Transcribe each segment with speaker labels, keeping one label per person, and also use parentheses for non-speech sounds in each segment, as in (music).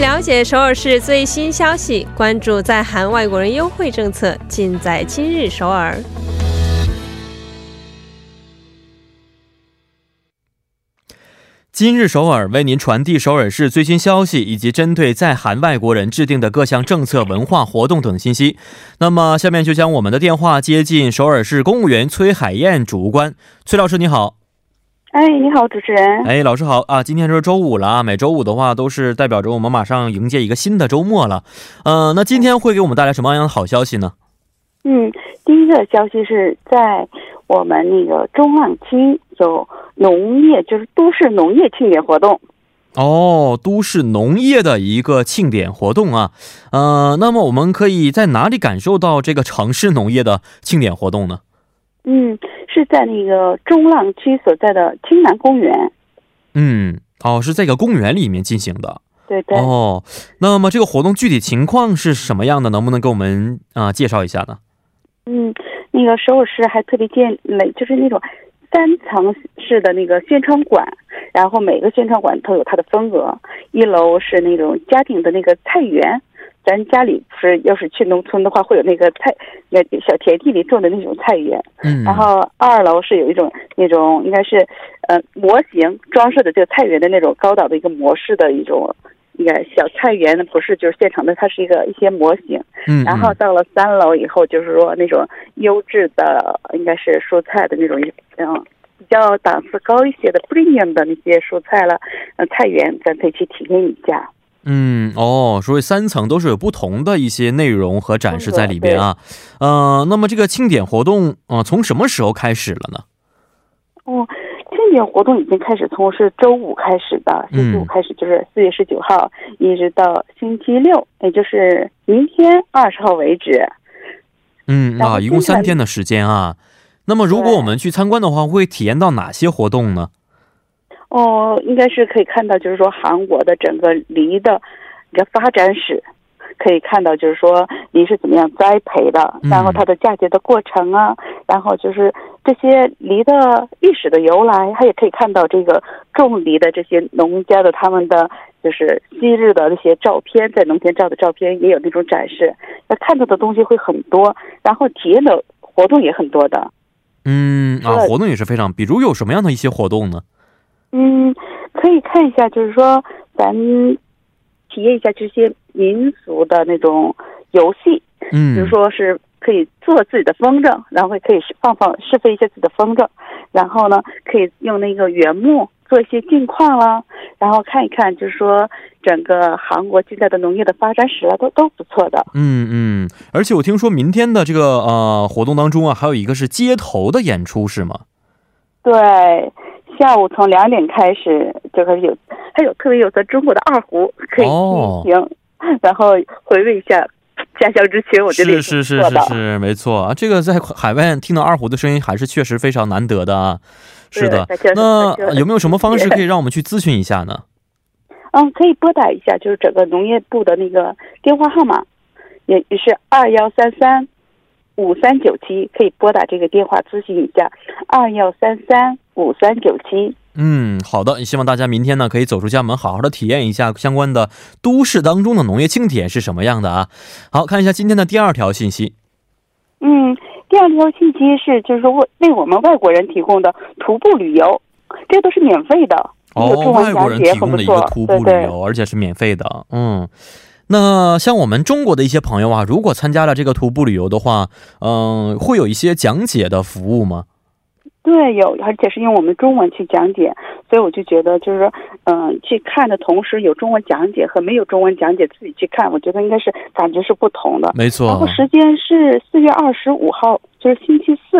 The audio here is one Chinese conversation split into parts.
Speaker 1: 了解首尔市最新消息，关注在韩外国人优惠政策，尽在今日首尔。
Speaker 2: 今日首尔为您传递首尔市最新消息，以及针对在韩外国人制定的各项政策、文化活动等信息。那么，下面就将我们的电话接进首尔市公务员崔海燕主官。崔老师，你好。
Speaker 3: 哎，你好，主持人。
Speaker 2: 哎，老师好啊！今天是周五了啊，每周五的话都是代表着我们马上迎接一个新的周末了。呃，那今天会给我们带来什么样的好消息呢？
Speaker 3: 嗯，第一个消息是在我们那个中旺区有农业，就是都市农业庆典活动。
Speaker 2: 哦，都市农业的一个庆典活动啊。呃，那么我们可以在哪里感受到这个城市农业的庆典活动呢？
Speaker 3: 嗯，是在那个中浪区所在的青南公园。
Speaker 2: 嗯，哦，是在一个公园里面进行的。
Speaker 3: 对对，
Speaker 2: 哦，那么这个活动具体情况是什么样的？能不能给我们啊、介绍一下呢？
Speaker 3: 嗯，那个首尔市还特别建了，就是那种三层式的那个宣传馆，然后每个宣传馆都有它的风格。一楼是那种家庭的那个菜园，咱家里不是要是去农村的话，会有那个菜，那小田地里种的那种菜园。
Speaker 2: 嗯，
Speaker 3: 然后二楼是有一种那种应该是，呃，模型装饰的这个菜园的那种高档的一个模式的一种，应该小菜园不是就是现成的，它是一个一些模型。
Speaker 2: 嗯，嗯
Speaker 3: 然后到了三楼以后，就是说那种优质的，应该是蔬菜的那种，嗯，比较档次高一些的 premium 的那些蔬菜了，嗯，菜园咱可以去体验一下。
Speaker 2: 嗯，哦，所以三层都是有不同的一些内容和展示在里边啊。呃，那么这个庆典活动啊、呃从什么时候开始了呢？
Speaker 3: 哦，庆典活动已经开始，从是周五开始的，星期五
Speaker 2: 嗯
Speaker 3: 开始，就是四月十九号一直到星期六，也就是明天二十号为止。
Speaker 2: 嗯
Speaker 3: 然后
Speaker 2: 啊，一共
Speaker 3: 今
Speaker 2: 三
Speaker 3: 年
Speaker 2: 天的时间啊。那么如果
Speaker 3: 对
Speaker 2: 我们去参观的话，会体验到哪些活动呢？
Speaker 3: 哦，应该是可以看到，就是说韩国的整个梨的一个发展史，可以看到就是说梨是怎么样栽培的，
Speaker 2: 嗯
Speaker 3: 然后它的嫁接的过程啊，然后就是这些梨的历史的由来，它也可以看到这个种梨的这些农家的他们的就是昔日的那些照片，在农田照的照片也有那种展示，那看到的东西会很多，然后体验的活动也很多的。
Speaker 2: 嗯啊，
Speaker 3: 对
Speaker 2: 活动也是非常，比如有什么样的一些活动呢？
Speaker 3: 嗯，可以看一下，就是说咱体验一下这些民俗的那种游戏，比
Speaker 2: 嗯，
Speaker 3: 如说是可以做自己的风筝，然后可以是放放试飞一下自己的风筝，然后呢可以用那个原木做一些镜框啦，然后看一看，就是说整个韩国现在的农业的发展史啊，都都不错的。
Speaker 2: 嗯嗯，而且我听说明天的这个呃活动当中啊，还有一个是街头的演出，是吗？
Speaker 3: 对，下午从两点开始就开始有，还有特别有咱中国的二胡可以
Speaker 2: 哦
Speaker 3: 进行，然后回味一下 (sniffs) 家乡之情，我觉得也
Speaker 2: 是是是
Speaker 3: 挺不错的
Speaker 2: 是是，没错啊，这个在海外听到二胡的声音还是确实非常难得的啊。是的
Speaker 3: 对在，这
Speaker 2: 那
Speaker 3: 在这
Speaker 2: 有没有什么方式可以让我们去咨询一下呢？
Speaker 3: 嗯，可以拨打一下，就是整个农业部的那个电话号码，也也是二幺三三五三九七，可以拨打这个电话咨询一下，二幺三三五三九七。
Speaker 2: 嗯，好的，希望大家明天呢可以走出家门，好好的体验一下相关的都市当中的农业庆典是什么样的啊。好看一下今天的第二条信息。
Speaker 3: 嗯，第二条信息是，就是说为为我们外国人提供的徒步旅游，这都是免费的。
Speaker 2: 哦
Speaker 3: 有中，文
Speaker 2: 外国人
Speaker 3: 讲解
Speaker 2: 提供
Speaker 3: 很
Speaker 2: 的一
Speaker 3: 不
Speaker 2: 个
Speaker 3: 错
Speaker 2: 徒
Speaker 3: 对
Speaker 2: 步旅
Speaker 3: 对
Speaker 2: 游，而且是免费的。嗯，那像我们中国的一些朋友啊，如果参加了这个徒步旅游的话，嗯、会有一些讲解的服务吗？
Speaker 3: 对，有，而且是用我们中文去讲解，所以我就觉得就是说，嗯、去看的同时有中文讲解和没有中文讲解自己去看，我觉得应该是感觉是啊不同的。
Speaker 2: 没
Speaker 3: 然
Speaker 2: 错
Speaker 3: 后，时间是四月二十五号，就是星期四，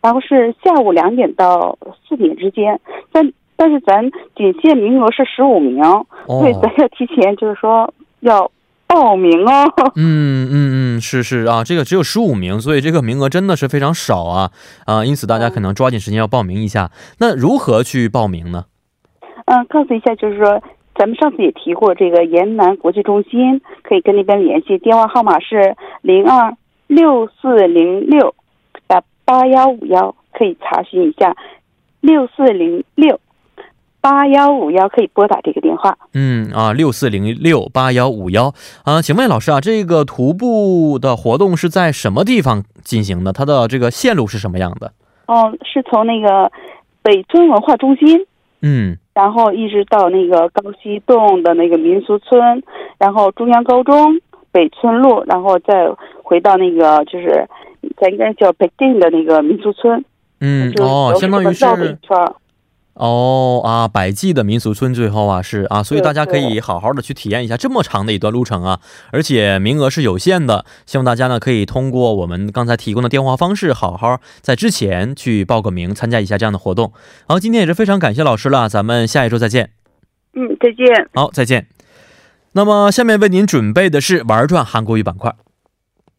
Speaker 3: 然后是下午两点到四点之间，但但是咱仅限名额是十五名，所以
Speaker 2: 哦，
Speaker 3: 咱要提前就是说要报名哦。
Speaker 2: 嗯嗯嗯，是是啊，这个只有十五名，所以这个名额真的是非常少啊啊、因此大
Speaker 3: 嗯
Speaker 2: 家可能抓紧时间要报名一下。那如何去报名呢？
Speaker 3: 嗯，告诉一下，就是说，咱们上次也提过，这个延南国际中心可以跟那边联系，电话号码是零二六四零六打八幺五幺，可以查询一下，六四零六八幺五幺可以拨打这个电话。
Speaker 2: 嗯啊，六四零六八幺五幺啊，请问老师啊，这个徒步的活动是在什么地方进行的？它的这个线路是什么样的？
Speaker 3: 哦，是从那个北村文化中心，
Speaker 2: 嗯
Speaker 3: 然后一直到那个高西洞的那个民俗村，然后中央高中北村路，然后再回到那个就是咱应该叫北定的那个民俗村，
Speaker 2: 嗯，
Speaker 3: 就是
Speaker 2: 哦，相当于
Speaker 3: 绕了一
Speaker 2: 是
Speaker 3: 圈儿。
Speaker 2: 哦啊，百济的民俗村最后啊是啊，所以
Speaker 3: 对
Speaker 2: 大家可以
Speaker 3: 对
Speaker 2: 好好的去体验一下这么长的一段路程啊，而且名额是有限的，希望大家呢可以通过我们刚才提供的电话方式，好好在之前去报个名，参加一下这样的活动。好，今天也是非常感谢老师了，咱们下一周再见。
Speaker 3: 嗯，再见。
Speaker 2: 好，再见。那么下面为您准备的是玩转韩国语板块。